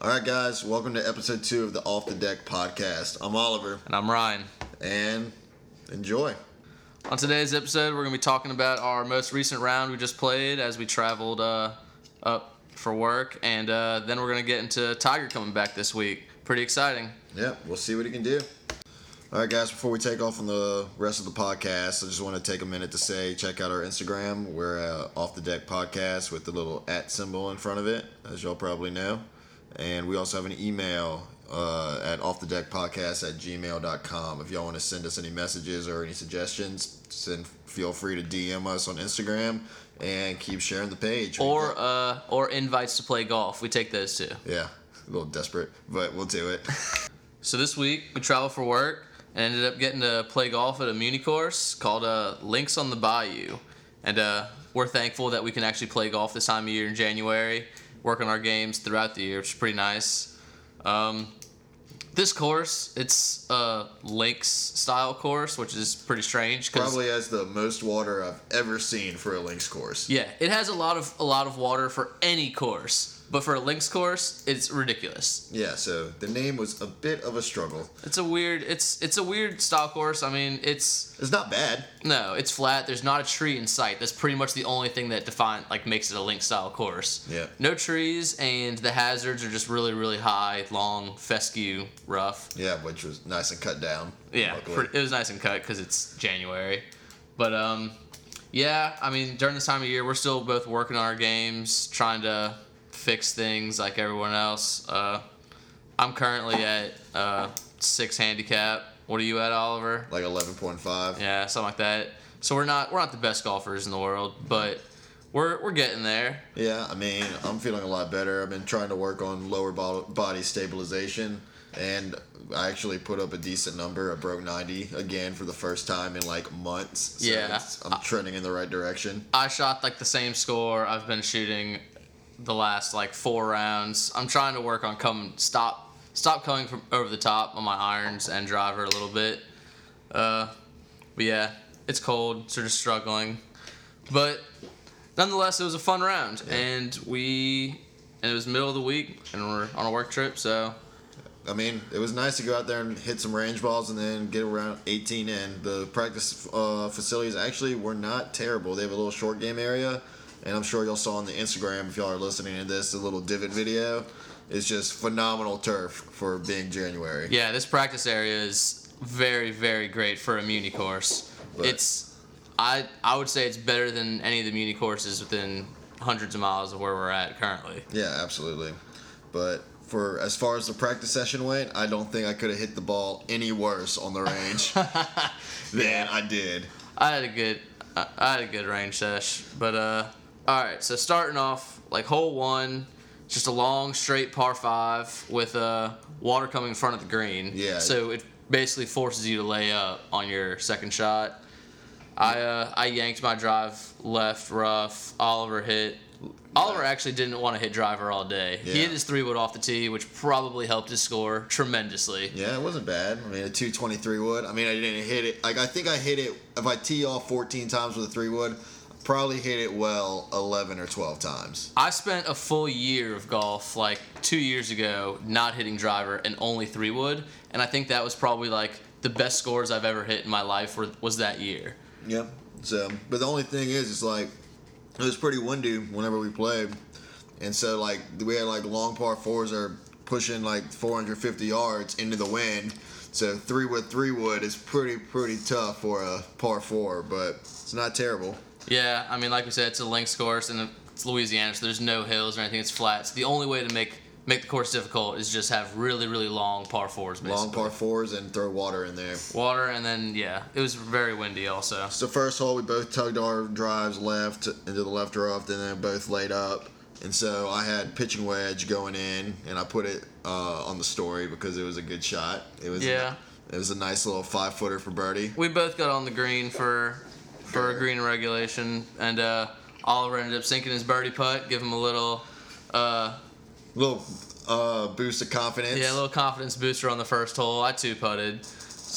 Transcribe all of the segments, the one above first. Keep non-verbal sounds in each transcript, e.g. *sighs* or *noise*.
All right, guys, welcome to episode two of the Off the Deck podcast. I'm Oliver, And I'm Ryan. and enjoy. On today's episode, we're going to be talking about our most recent round we just played as we traveled uh, up for work. And uh, then we're going to get into Tiger coming back this week. Pretty exciting. Yep, we'll see what he can do. All right, guys, before we take off on the rest of the podcast, I just want to take a minute to say check out our Instagram. We're uh, Off the Deck Podcast with the little at symbol in front of it, as y'all probably know. And we also have an email uh, at offthedeckpodcast at gmail.com. If y'all want to send us any messages or any suggestions, send, feel free to DM us on Instagram and keep sharing the page. Or, uh, or invites to play golf. We take those too. yeah, a little desperate, but we'll do it. So this week, we traveled for work and ended up getting to play golf at a Muni course called uh, Links on the Bayou. And uh, we're thankful that we can actually play golf this time of year in January, work on our games throughout the year, which is pretty nice. Um, this course, it's a links style course, which is pretty strange. 'cause- Probably has the most water I've ever seen for a links course. Yeah, it has a lot of a lot of water for any course, but for a links course, it's ridiculous. Yeah, so the name was a bit of a struggle. It's a weird. It's it's a weird style course. I mean, it's It's not bad. No, it's flat. There's not a tree in sight. That's pretty much the only thing that define like makes it a link style course. Yeah. No trees and the hazards are just really really high, long, fescue, rough. Yeah, which was nice and cut down. Yeah. luckily. pre- it was nice and cut cuz it's January. But um yeah, I mean during this time of year we're still both working on our games, trying to fix things like everyone else. Uh I'm currently at uh 6 handicap. What are you at, Oliver? like 11.5. Yeah, something like that. So we're not we're not the best golfers in the world, but we're we're getting there. Yeah, I mean, I'm feeling a lot better. I've been trying to work on lower bo- body stabilization, and I actually put up a decent number. I broke 90 again for the first time in like months. So Yeah. it's- I'm trending in the right direction. I shot like the same score I've been shooting the last like four rounds. I'm trying to work on come stop stop coming from over the top on my irons and driver a little bit. Uh, but yeah, it's cold, so just struggling. But nonetheless, it was a fun round, and we and it was middle of the week, and we're on a work trip, so I mean, it was nice to go out there and hit some range balls and then get around 18 in. The practice uh, facilities actually were not terrible. They have a little short game area, and I'm sure y'all saw on the Instagram if y'all are listening to this, the little divot video. It's just phenomenal turf for being January. Yeah, this practice area is very, very great for a Muni course. Right. It's, I, I would say it's better than any of the Muni courses within hundreds of miles of where we're at currently. Yeah, absolutely. But for as far as the practice session went, I don't think I could have hit the ball any worse on the range than I did. I had a good, I I had a good range sesh, but uh, all right. So starting off like hole one, just a long straight par five with uh water coming in front of the green. Yeah. So it basically forces you to lay up on your second shot. I uh, I yanked my drive left rough. Oliver hit. Oliver actually didn't want to hit driver all day. He Yeah. hit his three wood off the tee, which probably helped his score tremendously. Yeah, it wasn't bad. I mean, a 223 wood. I mean, I didn't hit it. Like, I think I hit it, if I tee off 14 times with a 3 wood, probably hit it well 11 or 12 times. I spent a full year of golf, like two years ago, not hitting driver and only three wood, and I think that was probably like the best scores I've ever hit in my life were, was that year. Yeah. So, but the only thing is, it's like, it was pretty windy whenever we played. And so, like, we had, like, long par fours are pushing, like, 450 yards into the wind. So, 3 wood, 3 wood is pretty, pretty tough for a par 4, but it's not terrible. Yeah, I mean, like we said, it's a links course and it's Louisiana, so there's no hills or anything. It's flat. So the only way to make make the course difficult is just have really really long par fours, basically. Long par fours and throw water in there. Water and then yeah, it was very windy also. So first hole, we both tugged our drives left into the left rough, and then both laid up. And so I had pitching wedge going in, and I put it uh, on the story because it was a good shot. It was Yeah. A, it was a nice little five footer for birdie. we both got on the green for for a green regulation, and uh, Oliver ended up sinking his birdie putt, give him a little uh, Little uh, boost of confidence. yeah a little confidence booster on the first hole. I two putted.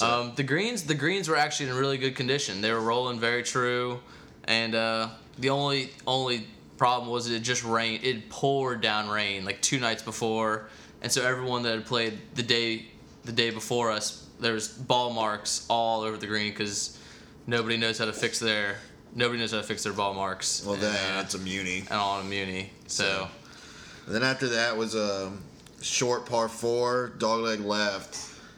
Um, the greens the greens were actually in really good condition. They were rolling very true, and uh, the only only problem was it just rained. It poured down rain like two nights before, and so everyone that had played the day the day before us, there was ball marks all over the green because nobody knows how to fix their nobody knows how to fix their ball marks. Well, and, then uh, it's a muni. and all in muni. So And then after that was a short par four, dogleg left.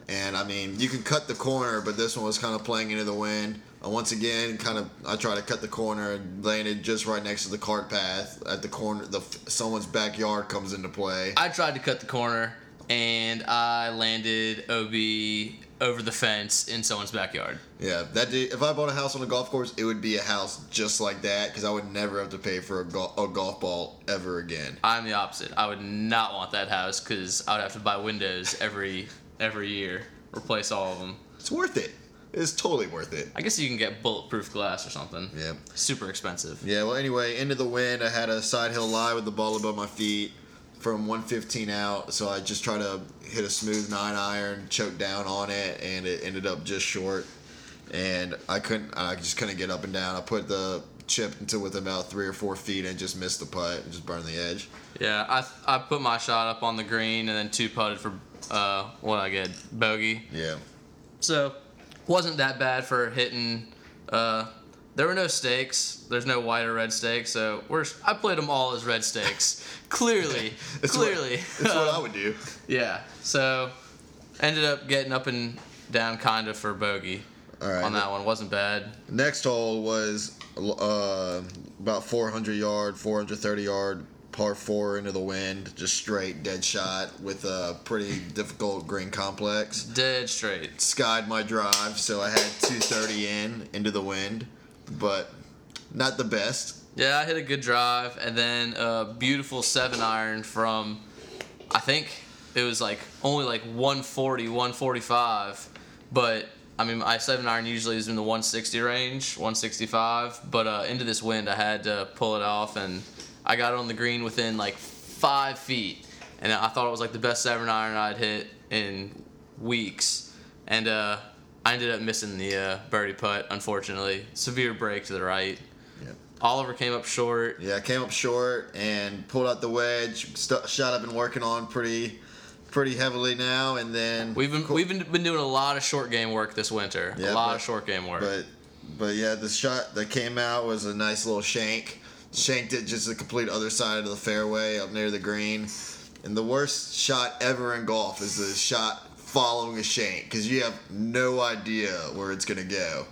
And I mean, you can cut the corner, but this one was kind of playing into the wind. Uh, once again, kind of, I tried to cut the corner and landed just right next to the cart path at the corner. The someone's backyard comes into play. I tried to cut the corner and I landed OB over the fence in someone's backyard. yeah, that dude, if I bought a house on a golf course, it would be a house just like that because I would never have to pay for a, gol a golf ball ever again. I'm the opposite. I would not want that house because I would have to buy windows every every year, replace all of them. It's worth it. It's totally worth it. I guess you can get bulletproof glass or something. Yeah. Super expensive. Yeah, well, anyway, into the wind. I had a side hill lie with the ball above my feet from 115 out, so I just tried to hit a smooth nine iron, choke down on it, and it ended up just short. And I couldn't, I just couldn't get up and down. I put the chip into with about three or four feet and just missed the putt and just burned the edge. Yeah, I, I put my shot up on the green and then two putted for uh, what I get bogey. Yeah. So, wasn't that bad for hitting. Uh, there were no stakes. There's no white or red stakes. So we're I played them all as red stakes. *laughs* clearly, *laughs* It's what- clearly. It's what I would do. *laughs* yeah. So ended up getting up and down kind of for bogey All right. on that one. Wasn't bad. Next hole was uh, about 400 yard, 430 yard par four into the wind, just straight dead shot with a pretty difficult green complex. Dead straight. Skied my drive, so I had 230 in into the wind, but not the best. Yeah, I hit a good drive and then a beautiful seven iron from, I think it was like only like 140, 145. But I mean, my seven iron usually is in the 160 range, 165. But uh, into this wind, I had to pull it off and I got it on the green within like five feet. And I thought it was like the best seven iron I'd hit in weeks. And uh, I ended up missing the uh, birdie putt, unfortunately. Severe break to the right. Yeah. Oliver came up short. Yeah, I came up short and pulled out the wedge, st- shot I've been working on pretty pretty heavily now, and then We've been we've been, been doing a lot of short game work this winter. Yeah, a lot but- of short game work. But but yeah, the shot that came out was a nice little shank. Shanked it just the complete other side of the fairway up near the green. And the worst shot ever in golf is the shot following a shank because you have no idea where it's gonna go.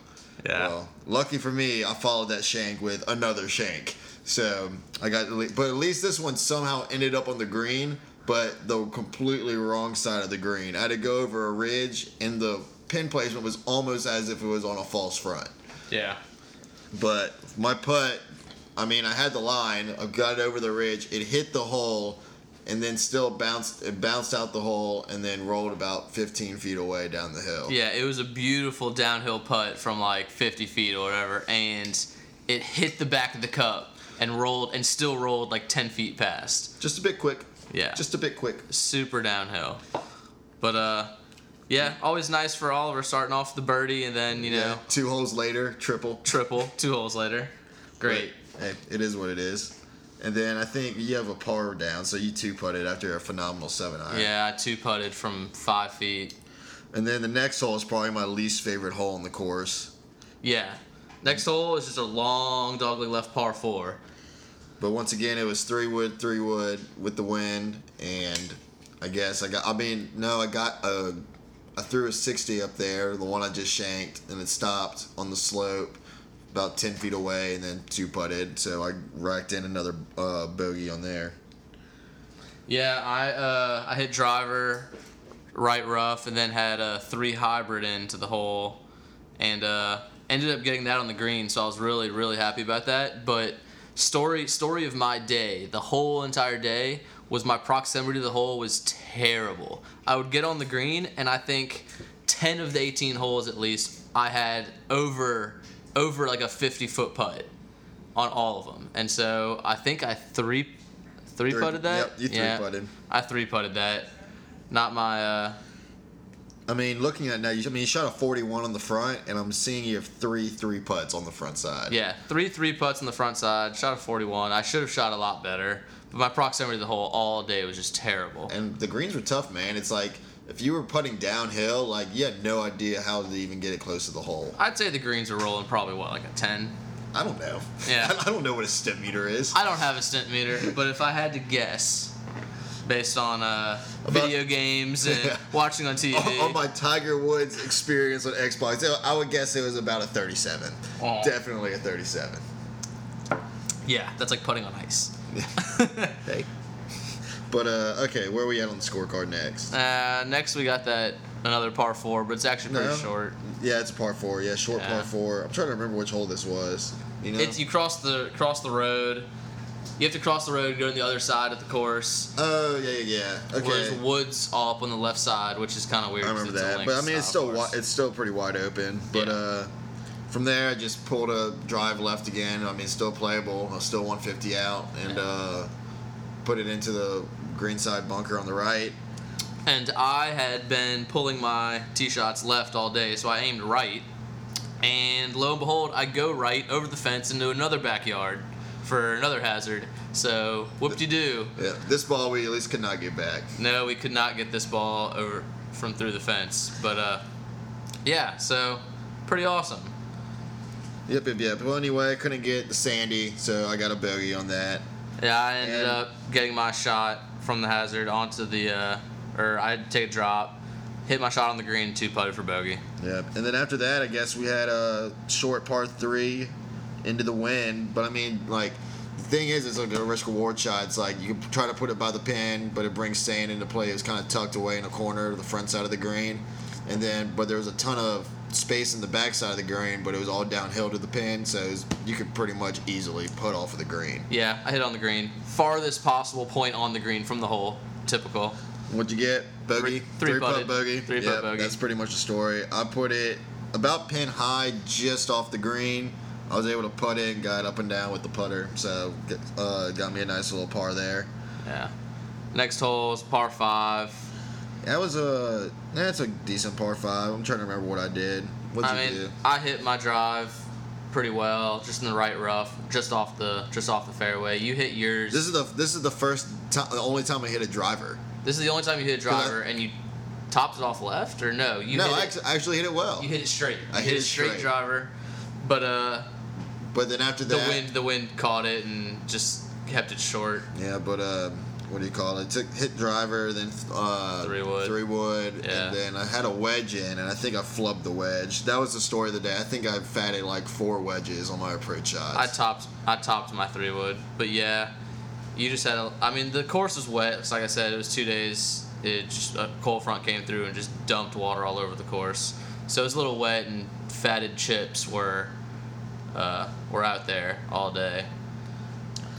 yeah. Well, lucky for me, I followed that shank with another shank. So I got, at lea- but at least this one somehow ended up on the green, but the completely wrong side of the green. I had to go over a ridge, and the pin placement was almost as if it was on a false front. yeah. But my putt, I mean, I had the line, I got it over the ridge, it hit the hole, and then still bounced, it bounced out the hole, and then rolled about 15 feet away down the hill. Yeah, it was a beautiful downhill putt from like 50 feet or whatever, and it hit the back of the cup and rolled and still rolled like 10 feet past. Just a bit quick. Yeah. Just a bit quick. super downhill. But uh, yeah, always nice for Oliver starting off the birdie and then you know Yeah, two holes later, triple. triple two holes later. Great. But, hey, it is what it is. And then I think you have a par down, so you two putted after a phenomenal seven iron. Yeah, I two putted from five feet. And then the next hole is probably my least favorite hole in the course. Yeah. Next hole is just a long dogleg left par four. But once again, it was three wood, three wood with the wind, and I guess I got. I mean, no, I got a. I threw a sixty up there, the one I just shanked, and it stopped on the slope, about ten feet away, and then two putted. So I racked in another uh, bogey on there. Yeah, I uh, I hit driver, right rough, and then had a three hybrid into the hole, and uh, ended up getting that on the green. So I was really really happy about that. But story story of my day, the whole entire day was my proximity to the hole was terrible. I would get on the green, and I think ten of the eighteen holes at least I had over over like a fifty foot putt on all of them, and so I think I three three putted that. Yep, you three Yeah. putted. I three putted that. Not my uh I mean, looking at it now, you, I mean, you shot a 41 on the front, and I'm seeing you have three three putts on the front side. Yeah, three three putts on the front side. Shot a 41. I should have shot a lot better, but my proximity to the hole all day was just terrible. And the greens were tough, man. It's like if you were putting downhill, like you had no idea how to even get it close to the hole. I'd say the greens were rolling probably what like a 10. I don't know. Yeah. *laughs* I don't know what a step meter is. I don't have a stint meter, but if I had to guess, based on uh, About- video games and Yeah. watching *laughs* on TV, on, on my Tiger Woods experience on Xbox, I would guess it was about a 37. Aw. Definitely a 37. yeah, that's like putting on ice. Hey. But uh, okay, where are we at on the scorecard next? *laughs* Uh, next we got that another par four, but it's actually pretty No. short. Yeah, it's a par four. Yeah, short par Yeah. four. I'm trying to remember which hole this was. You know, It's you cross the cross the road. You have to cross the road, go to the other side of the course. oh yeah, yeah, yeah. Where there's Okay, woods all up on the left side, which is kind of weird. I 'cause remember it's a that. links But I mean, it's style still wi- course. it's still pretty wide open. But Yeah. uh, from there, I just pulled a drive left again. I mean, still playable. I was still 150 out, and Yeah. uh, put it into the green side bunker on the right. and I had been pulling my tee shots left all day, so I aimed right. And lo and behold, I go right over the fence into another backyard for another hazard. So whoop de doo. Yeah, this ball we at least could not get back. No, we could not get this ball over from through the fence. But uh, yeah, so pretty awesome. Yep, yep, yep. Well, anyway, I couldn't get the sandy, so I got a bogey on that. Yeah, I ended And- up getting my shot from the hazard onto the, uh, or I had to take a drop, hit my shot on the green, two putted for bogey. Yep. And then after that, I guess we had a short par three into the wind. But I mean, like, the thing is, it's like a risk reward shot. It's like you try to put it by the pin, but it brings sand into play. It was kind of tucked away in a corner, the front side of the green. And then, but there was a ton of space in the back side of the green, but it was all downhill to the pin, so it was, you could pretty much easily put off of the green. Yeah, I hit on the green. Farthest possible point on the green from the hole. Typical. What'd you get? Bogey? Three- three putt putted. bogey. Three putt Yep, bogey. That's pretty much the story. I put it about pin high, just off the green. I was able to putt it and got up and down with the putter, so uh, got me a nice little par there. Yeah. Next hole is par five. That was a that's a decent par five. I'm trying to remember what I did. What'd I you mean, do? I hit my drive pretty well, just in the right rough, just off the just off the fairway. You hit yours. This is the this is the first time, the only time I hit a driver. This is the only time you hit a I- driver, and you topped it off left, or no? You no, hit I it- actually, I actually hit it well. you hit it straight. I You hit hit it a straight, straight. driver, but uh, But then after the that, wind the wind caught it and just kept it short. Yeah, but um, what do you call it? Took hit driver, then uh, Three wood. three wood, Yeah. and then I had a wedge in, and I think I flubbed the wedge. That was the story of the day. I think I fatted like four wedges on my approach shots. I topped I topped my three wood, but yeah, you just had a. I mean, the course was wet. 'cause like I said, it was two days. It just a cold front came through and just dumped water all over the course. So it was a little wet, and fatted chips were uh, were out there all day.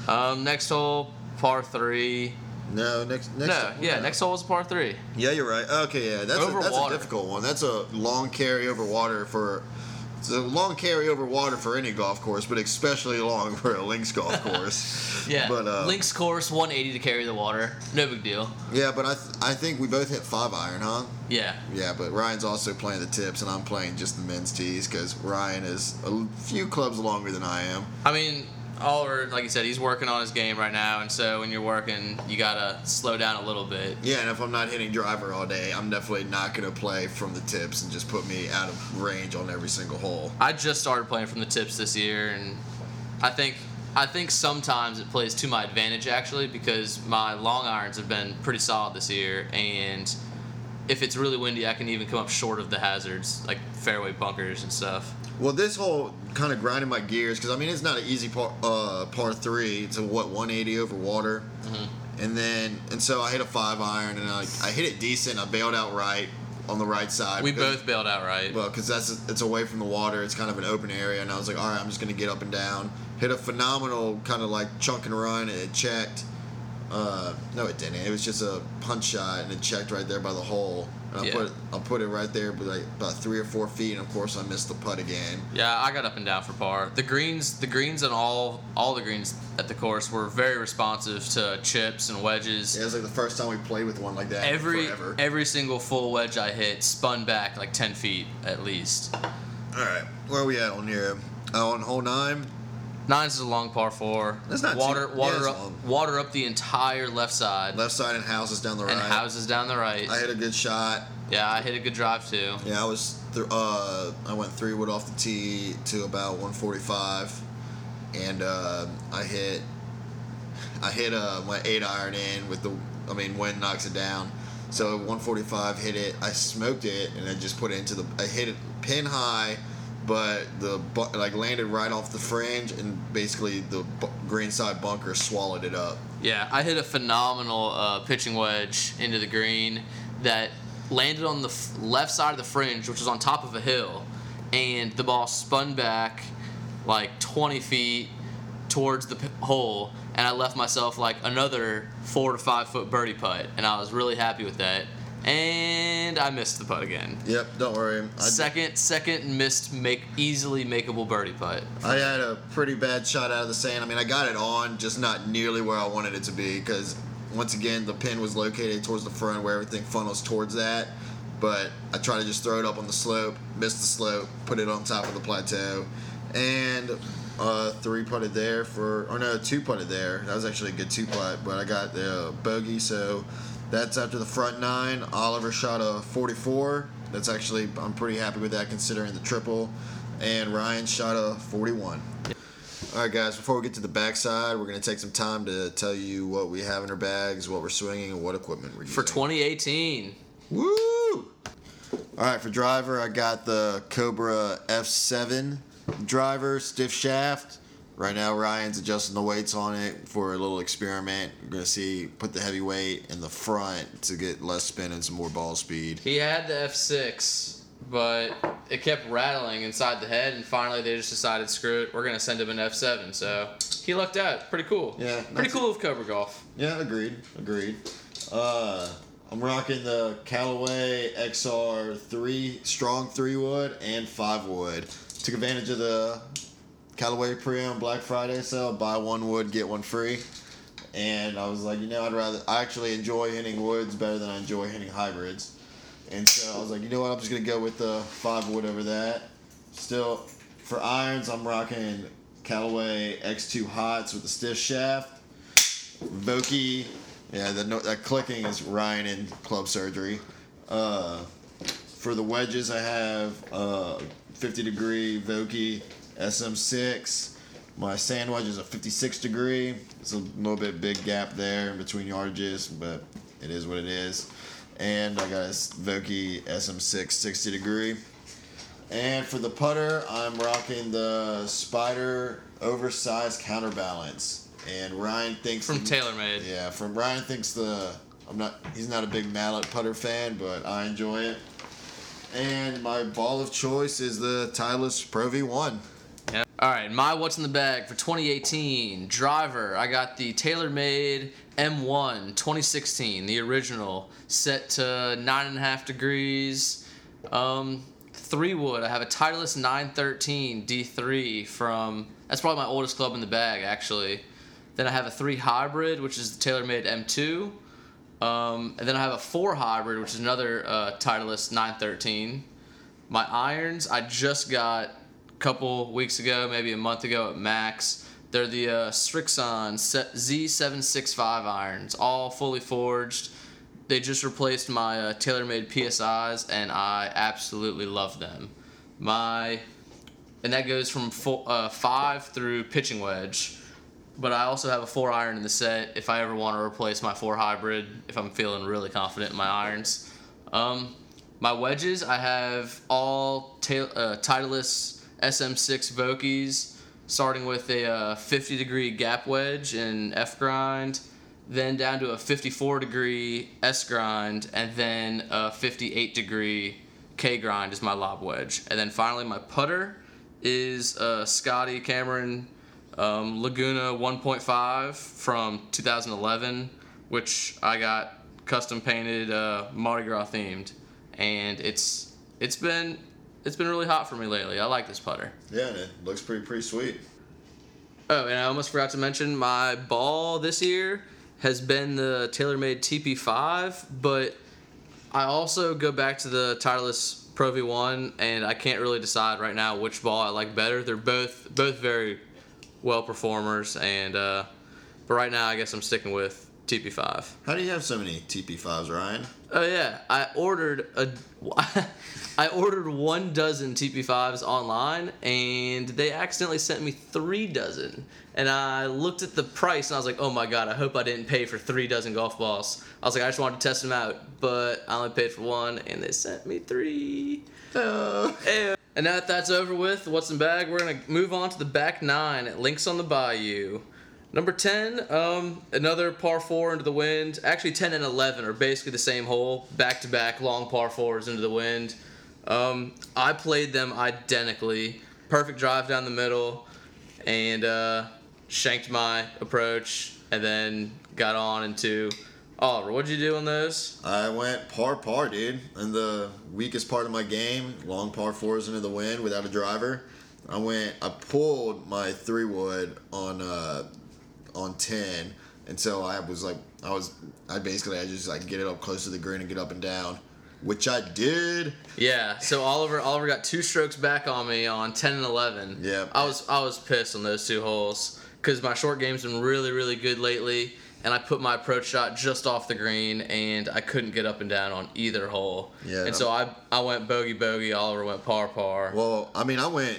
Um, next hole, par three. no, next, next. no, yeah, next hole was a par three. Yeah, you're right. Okay, yeah, that's Over a, that's water. a difficult one. That's a long carry over water for. It's a long carry over water for any golf course, but especially long *laughs* for a links golf course. *laughs* Yeah, but uh, links course 180 to carry the water. No big deal. Yeah, but I th- I think we both hit five iron, huh? Yeah, Yeah, but Ryan's also playing the tips, and I'm playing just the men's tees because Ryan is a l- few clubs longer than I am. I mean, Oliver, like you said, he's working on his game right now, and so when you're working, you gotta slow down a little bit. Yeah, and if I'm not hitting driver all day, I'm definitely not going to play from the tips and just put me out of range on every single hole. I just started playing from the tips this year, and I think I think sometimes it plays to my advantage actually because my long irons have been pretty solid this year, and if it's really windy, I can even come up short of the hazards like fairway bunkers and stuff. Well, this hole kind of grinded my gears because I mean it's not an easy par uh, par three. It's a what 180 over water, and then and so I hit a five iron and I, I hit it decent. I bailed out right on the right side. We because- both bailed out right. well because that's it's away from the water it's kind of an open area and i was like all right i'm just gonna get up and down hit a phenomenal kind of like chunk and run and it checked Uh, no, it didn't. It was just a punch shot, and it checked right there by the hole. And I Yeah. put I put it right there, but like about three or four feet, and of course I missed the putt again. Yeah, I got up and down for par. The greens, the greens and all all the greens at the course were very responsive to chips and wedges. It was like the first time we played with one like that. in Every forever. every single full wedge I hit spun back like ten feet at least. All right, where are we at on here? Uh, on hole nine. Nine's is a long par four. That's not too- water yeah, water that's up long. water up the entire left side Left side and houses down the right. and houses down the right. I hit a good shot. yeah, I hit a good drive too. Yeah, I was. Th- uh, I went three wood off the tee to about 145, and uh, I hit. I hit uh, my eight iron in with the. I mean, wind knocks it down. So 145 hit it. I smoked it, and I just put it into the. I hit it pin high, but the bu- like landed right off the fringe, and basically the bu- green side bunker swallowed it up. Yeah, I hit a phenomenal uh, pitching wedge into the green that landed on the f- left side of the fringe, which was on top of a hill, and the ball spun back like 20 feet towards the p- hole, and I left myself like another four to five foot birdie putt, and I was really happy with that. And I missed the putt again. Yep, don't worry. I, Second, second missed make easily makeable birdie putt. I had a pretty bad shot out of the sand. I mean, I got it on, just not nearly where I wanted it to be because, once again, the pin was located towards the front where everything funnels towards that. But I tried to just throw it up on the slope, missed the slope, put it on top of the plateau, and uh, three putted there for, or no, two putted there. That was actually a good two putt, but I got the bogey. So that's after the front nine. Oliver shot a 44. That's actually, I'm pretty happy with that considering the triple and Ryan shot a 41. All right, guys, before we get to the backside, we're going to take some time to tell you what we have in our bags, what we're swinging, and what equipment we're using. For 2018, Woo! All right, for driver, I got the Cobra F7 driver, stiff shaft. Right now, Ryan's adjusting the weights on it for a little experiment. We're going to see, put the heavy weight in the front to get less spin and some more ball speed. He had the F6, but it kept rattling inside the head, and finally they just decided, screw it, we're gonna send him an F7. So he lucked out. Pretty cool. Yeah, Pretty that's- cool of Cobra Golf. Yeah, agreed. Agreed. Uh, I'm rocking the Callaway XR three strong three wood and five wood. Took advantage of the Callaway pre on Black Friday sale. Buy one wood, get one free. And I was like, you know, I'd rather I actually enjoy hitting woods better than I enjoy hitting hybrids. And so I was like, you know what, I'm just gonna go with the five wood over that. Still, for irons, I'm rocking Callaway X2 Hots with the stiff shaft. Voki. Yeah, the no, that clicking is Ryan in club surgery. Uh, for the wedges, I have uh, 50 degree Voki SM6. My sand wedge is a 56 degree. It's a little bit big gap there in between yardages, but it is what it is. And I got a s- Voki SM6 60 degree. And for the putter, I'm rocking the Spider oversized counterbalance. And Ryan thinks From the- TaylorMade. yeah, from Ryan thinks the I'm not he's not a big mallet putter fan, but I enjoy it. And my ball of choice is the Titleist Pro V1. Yeah. All right, my what's in the bag for 2018 driver. I got the TaylorMade M1 2016, the original, set to nine and a half degrees. Um, three wood. I have a Titleist 913 D3 from. That's probably my oldest club in the bag, actually. Then I have a three hybrid, which is the TaylorMade M2. Um, and then I have a four hybrid, which is another uh, Titleist 913. My irons, I just got a couple weeks ago, maybe a month ago at Max. They're the uh, Strixon Se- Z765 irons, all fully forged. They just replaced my uh, TaylorMade PSIs, and I absolutely love them. My and that goes from four, uh, five through pitching wedge. But I also have a four iron in the set if I ever want to replace my four hybrid if I'm feeling really confident in my irons. Um, my wedges, I have all ta- uh, Titleist SM6 Vokies, starting with a uh, 50 degree gap wedge and F grind, then down to a 54 degree S grind, and then a 58 degree K grind is my lob wedge. And then finally, my putter is uh, Scotty Cameron um, Laguna 1.5 from 2011. which I got custom painted uh, Mardi Gras themed, and it's it's been it's been really hot for me lately. I like this putter. Yeah, and it looks pretty pretty sweet. Oh, and I almost forgot to mention my ball this year has been the TaylorMade TP5, but I also go back to the Titleist Pro V1, and I can't really decide right now which ball I like better. They're both both very well performers, and uh, but right now I guess I'm sticking with TP5. How do you have so many TP5s, Ryan? Oh yeah, I ordered a, *laughs* I ordered one dozen TP5s online, and they accidentally sent me three dozen. And I looked at the price, and I was like, oh my god, I hope I didn't pay for three dozen golf balls. I was like, I just wanted to test them out, but I only paid for one, and they sent me three. Uh, Ew. And now that that's over with, what's in bag? We're gonna move on to the back nine at Links on the Bayou. Number ten, um, another par four into the wind. Actually, ten and eleven are basically the same hole, back to back long par fours into the wind. Um, I played them identically. Perfect drive down the middle, and uh, shanked my approach, and then got on into. Oliver, what'd you do on those? I went par par, dude. And the weakest part of my game, long par fours into the wind without a driver. I went. I pulled my three wood on uh, on ten, and so I was like, I was, I basically, I just like get it up close to the green and get up and down, which I did. Yeah, so Oliver Oliver got two strokes back on me on 10 and 11. Yep. I was I was pissed on those two holes cuz my short game's been really really good lately and I put my approach shot just off the green and I couldn't get up and down on either hole. Yeah, And so I I went bogey bogey, Oliver went par par. Well, I mean, I went.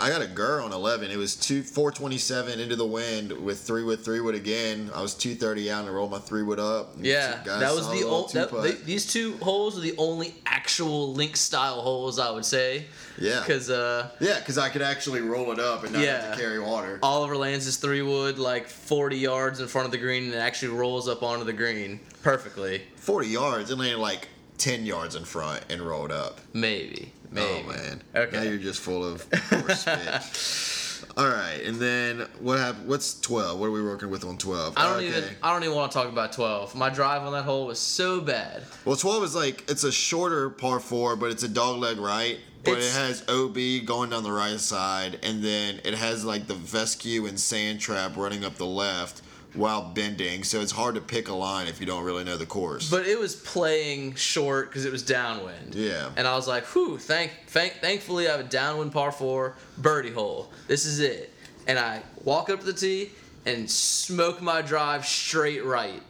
I got a girl on eleven. It was two four twenty seven into the wind with three wood three wood again. I was two thirty out and I rolled my three wood up. yeah, Got a that was solid the little old, two that, putt. they, these two holes are the only actual link style holes I would say. yeah, Cuz uh yeah, because I could actually roll it up and not have Yeah. Oh. to carry water. Oliver lands his three wood like 40 yards in front of the green and it actually rolls up onto the green perfectly. Forty yards and landed like ten yards in front and rolled up. Maybe. Maybe. Oh man, now Okay. you're just full of *laughs* horse spit. All right, and then what happened? What's twelve? What are we working with on twelve? I don't Okay. even I don't even want to talk about 12. My drive on that hole was so bad. Well, 12 is like it's a shorter par four, but it's a dog leg right. But It's- it has OB going down the right side, and then it has like the fescue and sand trap running up the left while bending. So it's hard to pick a line if you don't really know the course. But it was playing short cuz it was downwind. yeah, And I was like, "Whew, thank thank thankfully I have a downwind par 4 birdie hole. This is it." And I walk up to the tee and smoke my drive straight right.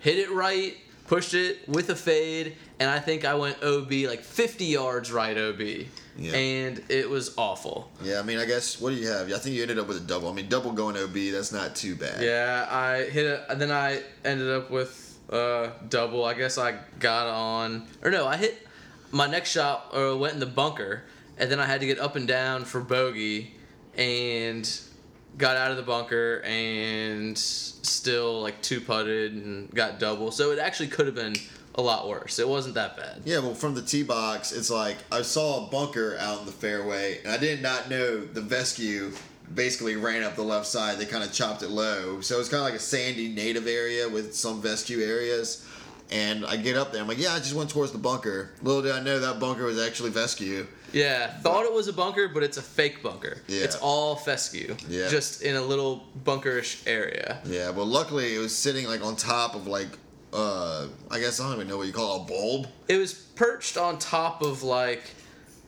Hit it right, pushed it with a fade, and I think I went OB like 50 yards right OB. Yeah. And it was awful. yeah. I mean, I guess what do you have? I think you ended up with a double. I mean, double going OB. That's not too bad. Yeah, I hit it, and then I ended up with uh, double. I guess I got on, or no, I hit my next shot or went in the bunker, and then I had to get up and down for bogey, and got out of the bunker and still like two putted and got double. So it actually could have been a lot worse. It wasn't that bad. Yeah, well, from the tee box, it's like I saw a bunker out in the fairway, and I did not know the vescue basically ran up the left side. They kind of chopped it low, so it's kind of like a sandy native area with some vescue areas. And I get up there, I'm like, yeah, I just went towards the bunker. Little did I know that bunker was actually vescue. Yeah, thought it was a bunker, but it's a fake bunker. Yeah. It's all fescue. Yeah. Just in a little bunkerish area. Yeah, but luckily it was sitting like on top of like, uh, I guess I don't even know what you call it, a bulb. it was perched on top of like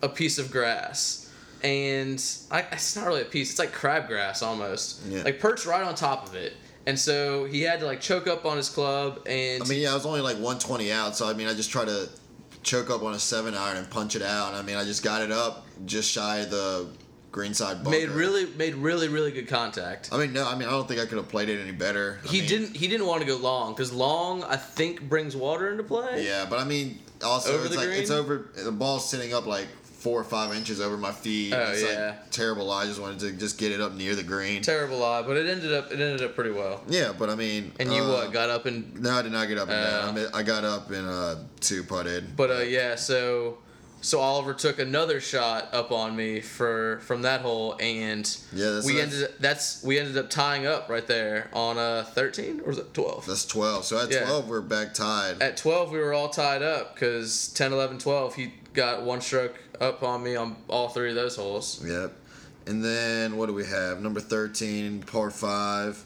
a piece of grass and I, it's not really a piece it's like crabgrass almost Yeah. like perched right on top of it and so he had to like choke up on his club and I mean, yeah, I was only like 120 out, so I mean, I just tried to choke up on a seven iron and punch it out. I mean, I just got it up just shy of the greenside bunker. made really made really really good contact I mean, no, I mean, I don't think I could have played it any better. I he mean, didn't he didn't want to go long because long i think brings water into play Yeah, but I mean, also Over it's the like it's green? over. The ball's sitting up like four or five inches over my feet. Oh, it's yeah. like terrible. I just wanted to just get it up near the green. terrible lie but it ended up it ended up pretty well yeah, but I mean, and you uh, what got up and No, I did not get up and Oh. down. I, mean, I got up and uh, two putted. But uh, yeah, so So Oliver took another shot up on me for from that hole, and Yeah, that's we nice. ended that's we ended up tying up right there on uh thirteen or was it twelve? That's 12. So at Yeah. 12, we're back tied. At twelve, we were all tied up because 10, 11, 12, he got one stroke up on me on all three of those holes. Yep. And then what do we have? Number 13, par 5.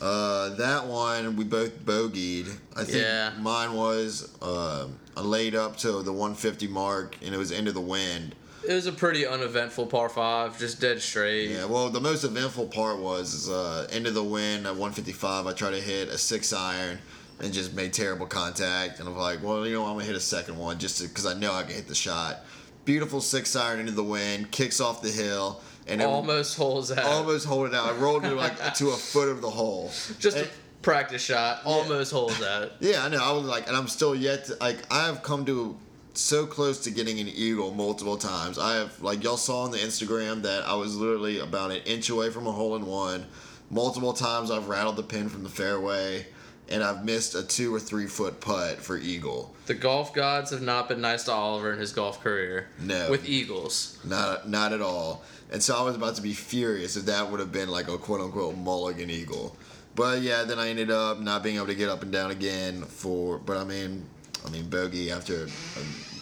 Uh, that one we both bogeyed. I think Yeah. mine was um I laid up to the 150 mark and it was into the wind. It was a pretty uneventful par five, just dead straight. Yeah, well, the most eventful part was is, uh, end of the win at 155. I tried to hit a six iron and just made terrible contact. And I'm like, well, you know, I'm gonna hit a second one just because I know I can hit the shot. Beautiful six iron into the wind, kicks off the hill, and it Almost holes out. almost hold it out. I rolled it *laughs* like to a foot of the hole. just And- a practice shot. *laughs* Almost holes out. yeah, I know. I was like, and I'm still yet to, like, I've come to so close to getting an eagle multiple times. I have, like, y'all saw on the Instagram that I was literally about an inch away from a hole in one. Multiple times I've rattled the pin from the fairway, and I've missed a two or three foot putt for eagle. The golf gods have not been nice to Oliver in his golf career. No. With Eagles. Not, not at all. And so I was about to be furious if that would have been like a quote unquote mulligan eagle. But yeah, then I ended up not being able to get up and down again for. But I mean, I mean bogey after a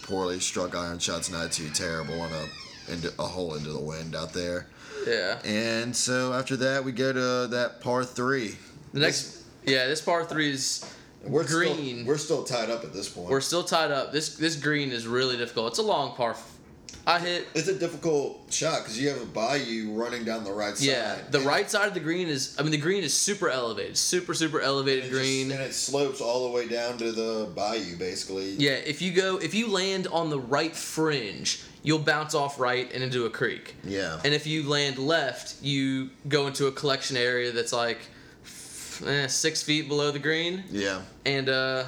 poorly struck iron shot's not too terrible on a into a hole into the wind out there. Yeah. And so after that, we go to that par three. The next yeah, this par three is we're green. Still, we're, we're still tied up at this point. still tied up. This this green is really difficult. It's a long par f- I hit it's a difficult shot because you have a bayou running down the right yeah, side. the And- right side of the green is I mean the green is super elevated. Super super elevated It just- green. and it slopes all the way down to the bayou, basically. Yeah, if you go if you land on the right fringe, you'll bounce off right and into a creek. Yeah. And if you land left, you go into a collection area that's like f- eh, six feet below the green. yeah. And uh,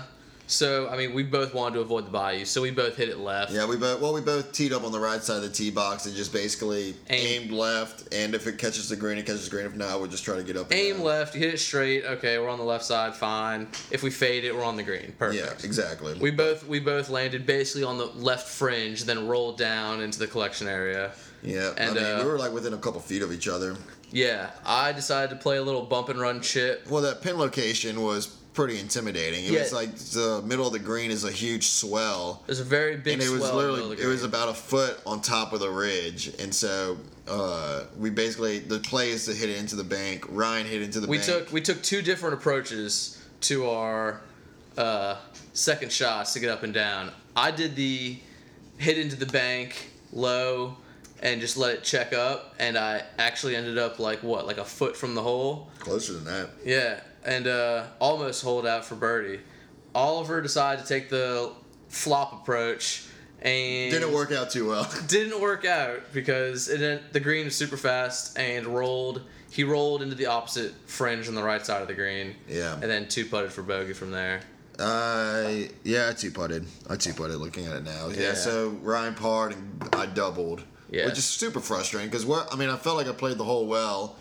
so, I mean, we both wanted to avoid the bayou, so we both hit it left. Yeah, we both well we both teed up on the right side of the tee box and just basically Aim. aimed left. And if it catches the green, it catches the green. If not, we'll just try to get up. and Aim down. left, you hit it straight. Okay, we're on the left side, fine. If we fade it, we're on the green. Perfect. Yeah, exactly. We both we both landed basically on the left fringe, then rolled down into the collection area. yeah, and, I mean uh, we were like within a couple feet of each other. Yeah, I decided to play a little bump and run chip. Well, that pin location was pretty intimidating. It Yeah. was like the middle of the green is a huge swell. There's a very big and it was swell in the middle literally of the it was green. about a foot on top of the ridge and so uh, we basically the play is to hit it into the bank ryan hit into the we bank took we took two different approaches to our uh, second shots to get up and down. I did the hit into the bank low and just let it check up, and I actually ended up like what like a foot from the hole. closer than that Yeah, and uh, almost hold out for birdie. Oliver decided to take the flop approach, and didn't work out too well *laughs* didn't work out because it didn't, the green was super fast and rolled. He rolled into the opposite fringe on the right side of the green. Yeah. And then two putted for bogey from there. i yeah i two putted i two putted looking at it now yeah, Yeah. so ryan parred and i doubled Yeah. which is super frustrating because what i mean i felt like i played the whole well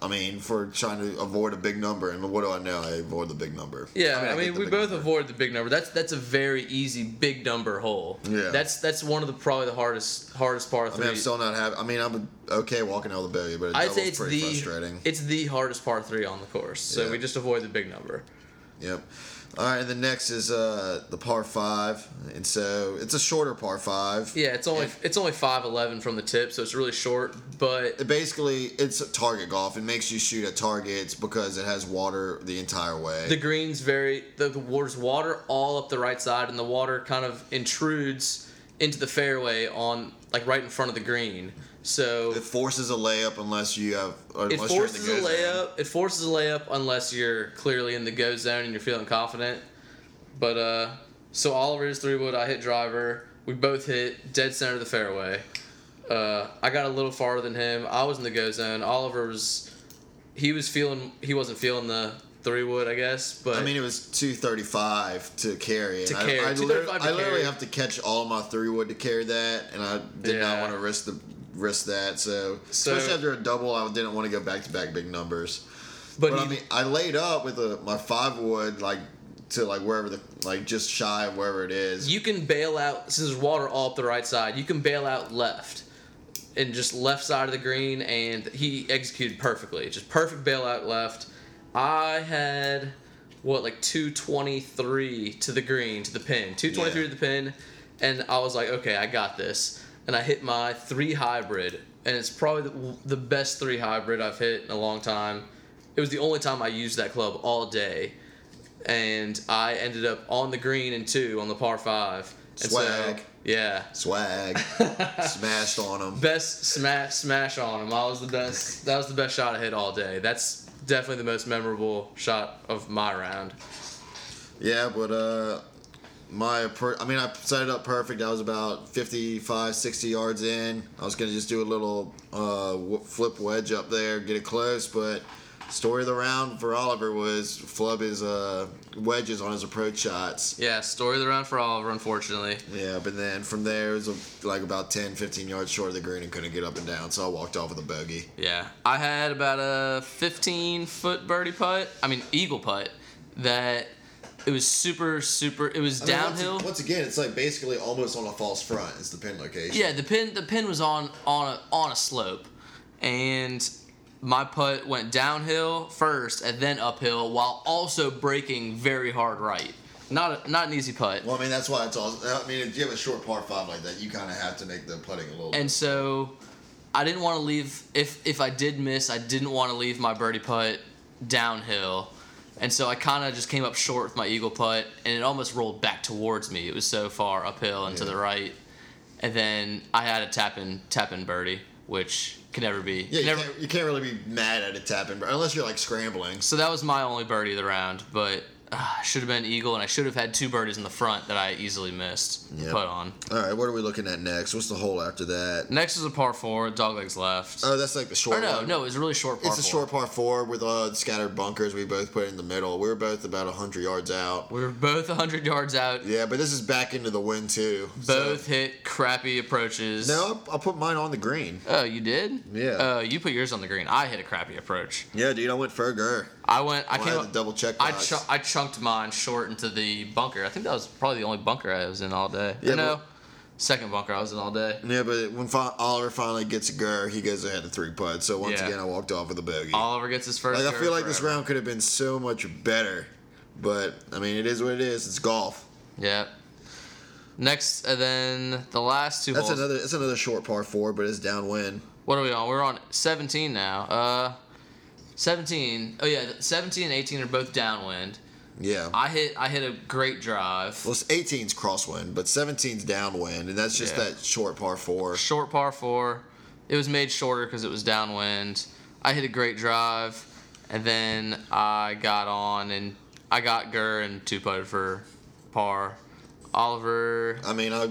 I mean, for trying to avoid a big number, and what do I know? I avoid the big number. Yeah, mean, I I mean, get the we big both number. avoid the big number. That's that's a very easy big number hole. Yeah. That's that's one of the probably the hardest hardest par I three. mean, I'm still not happy. I mean, I'm okay walking out of the bogey, but it I'd double's say it's pretty the frustrating. it's the hardest par three on the course. So Yeah. we just avoid the big number. Yep. All right, and the next is uh the par five, and so it's a shorter par five. Yeah, it's only it's only five eleven from the tip, so it's really short. But It basically, it's a target golf. It makes you shoot at targets because it has water the entire way. the green's very the, the there's water all up the right side and the water kind of intrudes into the fairway on like right in front of the green so it forces a layup unless you have. Unless it forces you're a in the go zone. layup it forces a layup unless you're clearly in the go zone and you're feeling confident but uh so oliver's three wood i hit driver we both hit dead center of the fairway uh i got a little farther than him i was in the go zone oliver was he was feeling he wasn't feeling the three wood i guess but I mean, it was two thirty-five to carry. and To I- carry, I, literally, 235 to I literally carry. have to catch all my three wood to carry that, and I did not Yeah. want to risk the risk that. So, So- especially after a double, I didn't want to go back to back big numbers. but, But I he- mean, I laid up with a, my five wood like to like wherever the like just shy of wherever it is. You can bail out since there's water all up the right side. You can bail out left, and just left side of the green, and he executed perfectly. Just perfect bailout left. I had what like 223 to the green to the pin, 223 Yeah. to the pin, and I was like, okay, I got this, and I hit my three hybrid, and it's probably the, the best three hybrid I've hit in a long time. It was the only time I used that club all day and I ended up on the green and two on the par five. And Swag. So, yeah. *laughs* Swag smashed on him. Best smash smash on him. I was the best. That was the best shot I hit all day. That's definitely the most memorable shot of my round. Yeah, but uh, my per- I mean, I set it up perfect. I was about 55, 60 yards in. I was gonna just do a little uh, w- flip wedge up there, get it close. But story of the round for Oliver was flub his uh, wedges on his approach shots. Yeah, story of the round for Oliver, unfortunately. Yeah, but then from there it was uh, like about 10, 15 yards short of the green and couldn't get up and down. So I walked off with a bogey. Yeah. I had about a 15 foot birdie putt, I mean, eagle putt, that it was super, super, it was I mean, once- downhill. Once, again, it's like basically almost on a false front. It's the pin location. Yeah, the pin the pin was on on a, on a slope, and my putt went downhill first and then uphill while also breaking very hard right. Not a, not an easy putt. Well, I mean that's why it's all. I mean, if you have a short par five like that, you kind of have to make the putting a little. And so I didn't want to leave if if I did miss, I didn't want to leave my birdie putt downhill. And so I kind of just came up short with my eagle putt and it almost rolled back towards me. It was so far uphill and to Yeah. the right. And then I had a tap in tap in birdie, which can never be yeah, can you, never, can't, you can't really be mad at a tap in, unless you're like scrambling. So that was my only birdie of the round, but uh, should have been eagle, and I should have had two birdies in the front that I easily missed Yep. put on. All right, what are we looking at next? What's the hole after that? Next is a par four, doglegs left. Oh, that's like the short. or no, one. no, it was a really short par It's a four. short par four with uh, scattered bunkers. We both put in the middle. We were both about hundred yards out. We were both 100 yards out. Yeah, but this is back into the wind too. so- Both hit crappy approaches. no, I, I put mine on the green. Oh, you did? Yeah. Oh, you put yours on the green. I hit a crappy approach. Yeah, dude, I went Ferger. I went. I I came had to up. double check. I, box. chu- I chunked mine short into the bunker. I think that was probably the only bunker I was in all day. Yeah, Yeah, no, but- second bunker I was in all day. Yeah, but when fi- Oliver finally gets a gur, he goes ahead to three putts. So once Yeah. again, I walked off with a bogey. Oliver gets his first. like I serve feel like this forever. round could have been so much better, but I mean, it is what it is. It's golf. Yep. Next, and then the last two That's holes. another. It's another short par four, but it's downwind. What are we on? We're on 17 now. Uh, 17. Oh yeah, 17 and 18 are both downwind. Yeah. I hit. I hit a great drive. well, it's 18's crosswind, but 17's downwind, and that's just Yeah. that short par four. Short par four. It was made shorter because it was downwind. I hit a great drive, and then I got on and I got Gurr and two putted for par. Oliver. I mean, I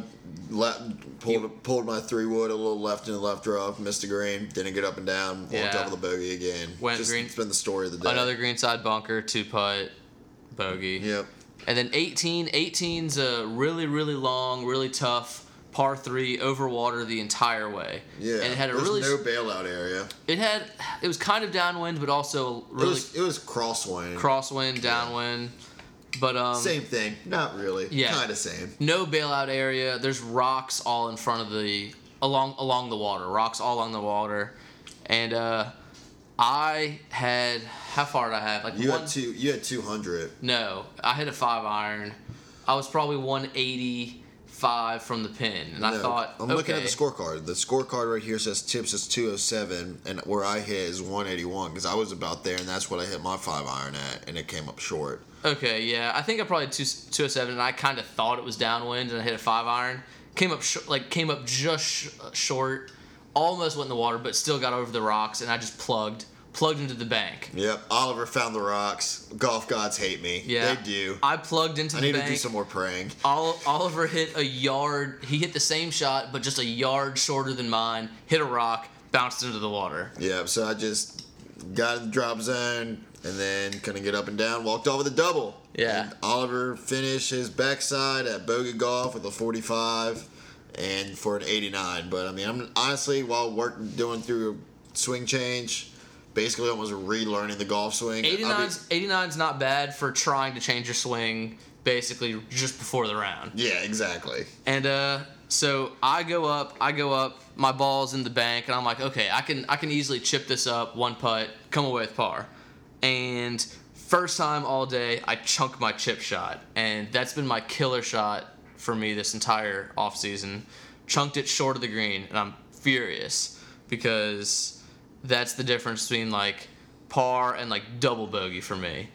le- pulled pulled my three wood a little left and left rough, missed a green, didn't get up and down, walked Yeah. off with a bogey again. Went Just- green. It's been the story of the day. Another greenside bunker, two putt, bogey. Yep. And then 18, 18's a really, really long, really tough par three over water the entire way. Yeah. And it had a There's really, no bailout area. it had, it was kind of downwind, but also It really was it was crosswind. crosswind, downwind. But um, Same thing. Not really. Yeah. Kind of same. no bailout area. There's rocks all in front of the along along the water. Rocks all along the water, and uh, I had how far did I have? Like You one, had two. You had two hundred. No, I hit a five iron. I was probably 185 from the pin, and I thought, I'm looking at okay, the scorecard. The scorecard right here says tips is 207, and where I hit is 181 because I was about there, and that's what I hit my five iron at, and it came up short. Okay, yeah, I think I probably two, 207, and I kind of thought it was downwind, and I hit a five iron. Came up sh- like came up just sh- short, almost went in the water, but still got over the rocks, and I just plugged plugged into the bank. Yep. Oliver found the rocks. Golf gods hate me. Yeah, They do. I, I plugged into the need bank. to do some more praying. Ol- Oliver hit a yard. He hit the same shot, but just a yard shorter than mine. Hit a rock, bounced into the water. Yep. So I just got in the drop zone, and then couldn't get up and down. Walked off with a double. Yeah. And Oliver finished his backside at Bogey Golf with a 45 and for an 89. But I mean, I'm honestly while work doing through swing change, basically almost relearning the golf swing. I'll be- 89's, 89's not bad for trying to change your swing basically just before the round. yeah, exactly. And uh, so I go up, I go up, my ball's in the bank, and I'm like, okay, I can I can easily chip this up, one putt, come away with par. And first time all day, I chunk my chip shot, and that's been my killer shot for me this entire offseason. Chunked it short of the green, and I'm furious because that's the difference between like par and like double bogey for me.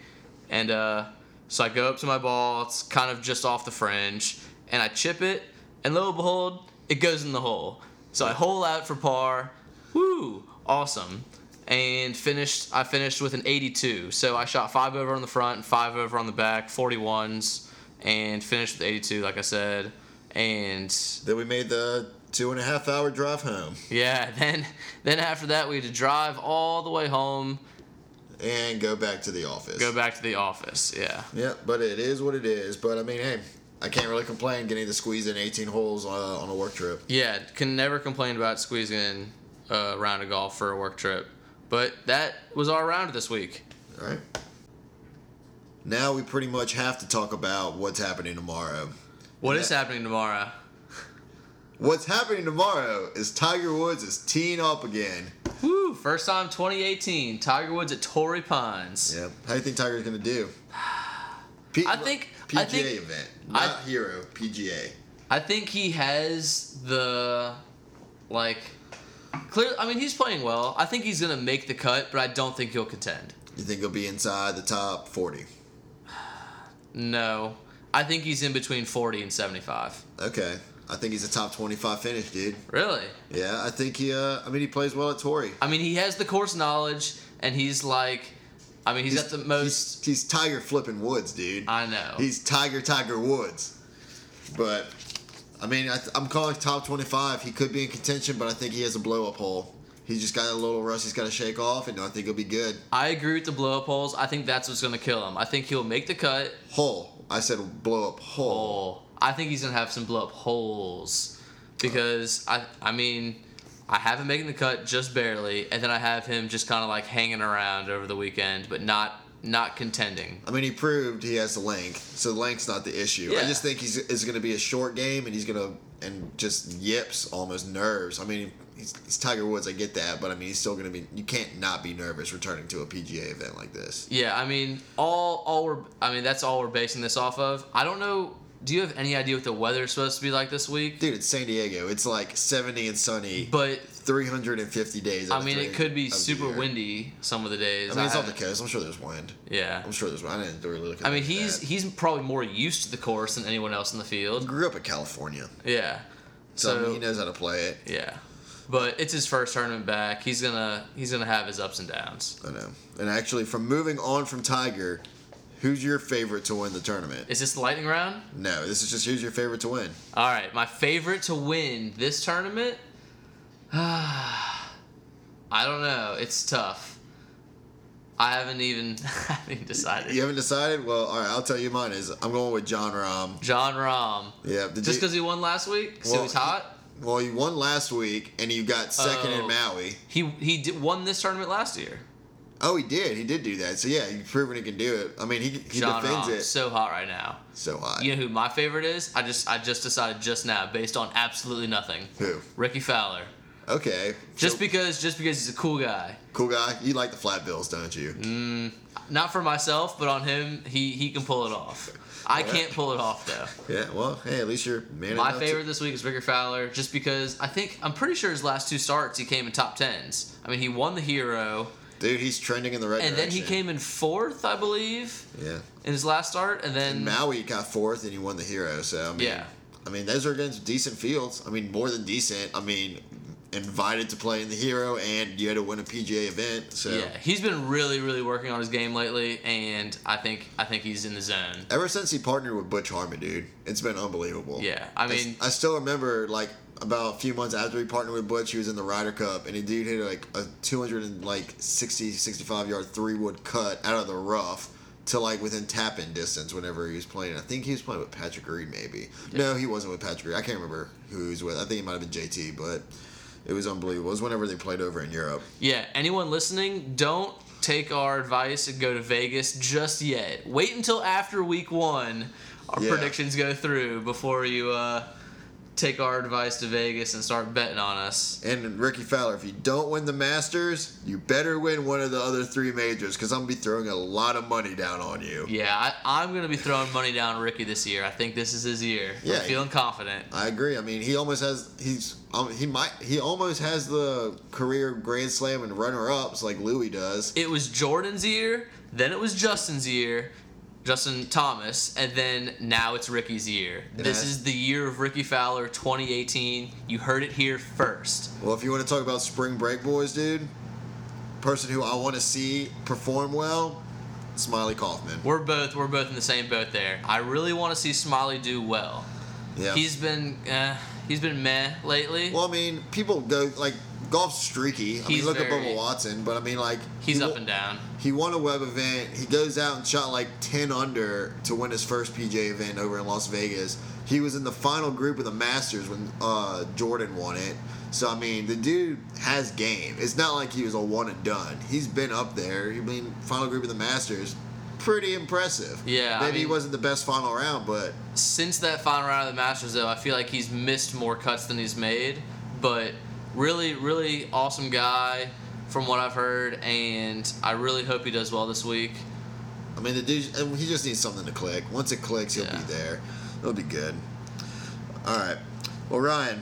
And uh, so I go up to my ball. It's kind of just off the fringe, and I chip it. And lo and behold, it goes in the hole. So I hole out for par. Woo! Awesome. And finished. I finished with an 82. So I shot five over on the front and five over on the back, 41s, and finished with 82, like I said. And Then we made the two and a half hour drive home yeah, *laughs* then then after that we had to drive all the way home, and go back to the office. go back to the office. Yeah. Yeah, but it is what it is. But I mean, hey, I can't really complain getting to squeeze in 18 holes uh, on a work trip. Yeah, can never complain about squeezing in a round of golf for a work trip. But that was our round this week. All right. Now we pretty much have to talk about what's happening tomorrow. What is Yeah. happening tomorrow? What's happening tomorrow is Tiger Woods is teeing up again. Woo! First time 2018, Tiger Woods at Torrey Pines. Yeah. How do you think Tiger's gonna *sighs* do? P- I think- PGA I think- event, I- not hero PGA. I think he has the like clear I mean he's playing well. I think he's going to make the cut, but I don't think he'll contend. You think he'll be inside the top 40? No. I think he's in between 40 and 75. Okay. I think he's a top 25 finish, dude. Really? Yeah, I think he. Uh, I mean, he plays well at Torrey. I mean, he has the course knowledge and he's like I mean, he's got the most He's, he's Tiger flipping Woods, dude. I know. He's Tiger Tiger Woods. But I mean, I th- I'm calling top 25. He could be in contention, but I think he has a blow up hole. He's just got a little rust. He's got to shake off, and I think he'll be good. I agree with the blow up holes. I think that's what's going to kill him. I think he'll make the cut. Hole. I said blow up hole. Oh, I think he's going to have some blow up holes because I I mean, I have him making the cut just barely and then I have him just kind of like hanging around over the weekend but not not contending. I mean, he proved he has the length, so the length's not the issue. I Yeah. just think he's is going to be a short game, and he's going to and just yips almost nerves. I mean, he's, he's Tiger Woods. I get that, but I mean, he's still going to be. You can't not be nervous returning to a PGA event like this. Yeah, I mean, all all we're I mean, that's all we're basing this off of. I don't know, do you have any idea what the weather's supposed to be like this week? Dude, it's San Diego. It's like 70 and sunny. But 350 days. out I of mean, it 300 could be of the super year. windy some of the days. I mean, it's off the haven't- coast. I'm sure there's wind. Yeah. I'm sure there's wind. I didn't really look. At I mean, that. he's he's probably more used to the course than anyone else in the He field. grew up in California, Yeah. so, I mean, uh, So he knows how to play it. yeah, but it's his first tournament back. He's gonna he's gonna have his ups and downs. I know. And actually, from moving on from Tiger, who's your favorite to win the tournament? Is this the lightning round? No, this is just who's your favorite to win. All right, my favorite to win this tournament. *sighs* I don't know. It's tough. I haven't even *laughs* I haven't even decided. You haven't decided? Well, all right, I'll tell you mine is I'm going with John Rahm. John Rahm. Yeah, did Just you- because he won last week, so Well, he's hot. Well, you won last week, and you got second Oh. in Maui. He he did, won this tournament last year. Oh, he did. He did do that. So yeah, he's proven he can do it. I mean, he he John defends Rahm, it so, so hot right now. hot. You know who my favorite is? I just I just decided just now, based on absolutely nothing. Who? Ricky Fowler. Okay. Just So- because just because he's a cool guy. Cool guy. You like the flat bills, don't you? Mm-hmm. Not for myself, but on him, he he can pull it off. I can't pull it off though. Yeah. Well, hey, at least you're man. My enough to- favorite this week is Ricky Fowler, just because I think I'm pretty sure his last two starts he came in top tens. I mean he won the hero, dude, he's trending in the right and then direction. he came in fourth, I believe, Yeah. in his last start, and then Maui got fourth, and he won the hero. So I mean, Yeah. I mean, those are against decent fields. I mean, more than decent. I mean, invited to play in the hero, and you had to win a PGA event. So yeah, he's been really really working on his game lately, and I think I think he's in the zone. ever since he partnered with Butch Harmon, dude, it's been unbelievable. Yeah, I s- mean- I still remember like about a few months after he partnered with Butch, he was in the Ryder Cup, and a dude hit like a 260, 65 yard three wood cut out of the rough to like within tap in distance whenever he was playing. I think he was playing with Patrick Reed, maybe. No, he wasn't with Patrick Reed. I can't remember who he was with. I think he might have been JT, but It was unbelievable. It was whenever they played over in Europe. Yeah, anyone listening, don't take our advice and go to Vegas just yet. Wait until after week one, our Yeah. predictions go through before you uh, take our advice to Vegas and start betting on us. And Ricky Fowler, if you don't win the Masters, you better win one of the other three majors because I'm gonna be throwing a lot of money down on you. Yeah, I, I'm going to be throwing money down on Ricky this year. I think this is his year. Yeah, I'm feeling confident. I agree. I mean, he almost has he's um, he might he almost has the career Grand Slam and runner ups like Louis does. It was Jordan's year, then it was Justin's year. Justin Thomas, and then now it's Ricky's year. This has- is the year of Ricky Fowler 2018. You heard it here first. Well, if you want to talk about spring break boys, dude, person who I want to see perform well, Smiley Kaufman. We're both we're both in the same boat there. I really want to see Smiley do well. Yeah. He's been uh, he's been meh lately. well, I mean, people go like golf's streaky. I He's mean, look at very- Bubba Watson, but I mean, like he's he up wa- and down. He won a web event. He goes out and shot like 10 under to win his first PJ event over in Las Vegas. He was in the final group of the Masters when uh, Jordan won it. So, I mean, the dude has game. It's not like he was a one and done. He's been up there. I mean, final group of the Masters, pretty impressive. Yeah, I Maybe he mean- wasn't the best final round, but Since that final round of the Masters, though, I feel like he's missed more cuts than he's made. But really, really awesome guy from what I've heard, and I really hope he does well this week. I mean, the dude, and he just needs something to click. Once it clicks, he'll Yeah. be there. It'll be good. All right. Well, Ryan,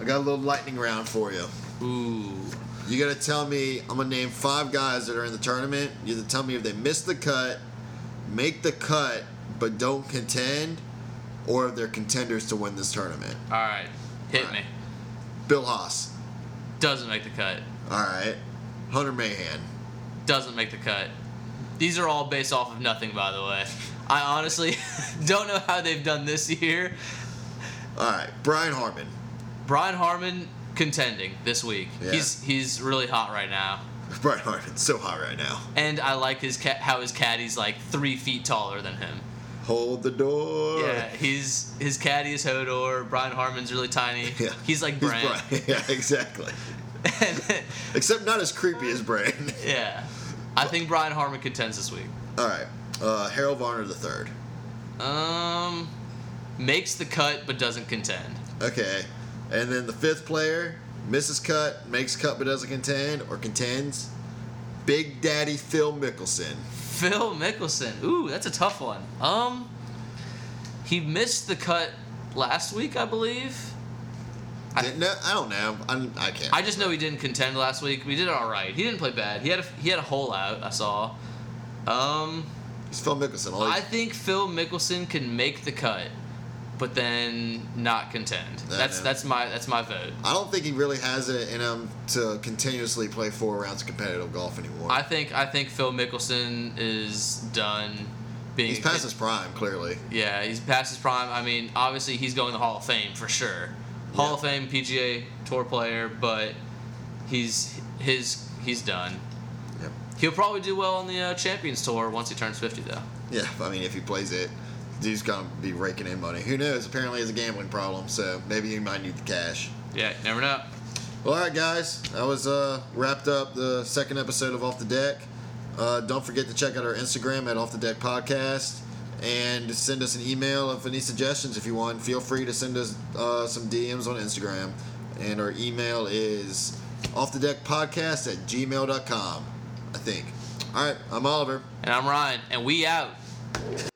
I got a little lightning round for you. Ooh, You gotta tell me. I'm gonna name five guys that are in the tournament. You gotta tell me if they missed the cut, make the cut, but don't contend, or if they're contenders to win this tournament. all right, hit me. Bill Haas. Doesn't make the cut. All right. Hunter Mahan. doesn't make the cut. These are all based off of nothing, by the way. I honestly *laughs* don't know how they've done this year. All right. Brian Harmon. *laughs* Brian Harmon contending this week. Yeah. He's he's really hot right now, Brian Harmon's so hot right now. and I like his cat how his caddy's like three feet taller than him. Hold the door. Yeah, he's his caddy is Hodor. Brian Harmon's really tiny. *laughs* *laughs* Yeah. He's like Brand. Brian. *laughs* Yeah, exactly. Except not as creepy as Brian. *laughs* *laughs* yeah, I think Brian Harmon contends this week. All right. Uh, Harold Varner the third. Um, makes the cut but doesn't contend. Okay. And then the fifth player misses cut, makes cut but doesn't contend, or contends. Big Daddy Phil Mickelson. Phil Mickelson. Ooh, that's a tough one. Um, he missed the cut last week, I believe. I- Didn't know- I don't know. I'm, I can't. I just know he didn't contend last week. We did all right. He didn't play bad. He had a, he had a hole out. I saw. Um, It's Phil Mickelson. All he- I think Phil Mickelson can make the cut, but then not contend. That's man. that's my that's my vote. I don't think he really has it in him to continuously play four rounds of competitive golf anymore. I think I think Phil Mickelson is done being. He's past his prime, clearly. Yeah, he's past his prime. I mean, obviously he's going to the Hall of Fame for sure. Hall of Fame PGA Tour player, but he's his he's done. Yep. He'll probably do well on the uh, Champions Tour once he turns 50 though. Yeah, I mean, if he plays it, dude's going to be raking in money. Who knows? Apparently, it's a gambling problem, so maybe he might need the cash. Yeah, never know. Well, all right, guys. That was uh, wrapped up the second episode of Off the Deck. Uh, don't forget to check out our Instagram at Off the Deck Podcast and send us an email of any suggestions if you want. Feel free to send us uh, some DMs on Instagram. And our email is off the deck podcast at gmail.com, I think. All right, I'm Oliver. And I'm Ryan and we out.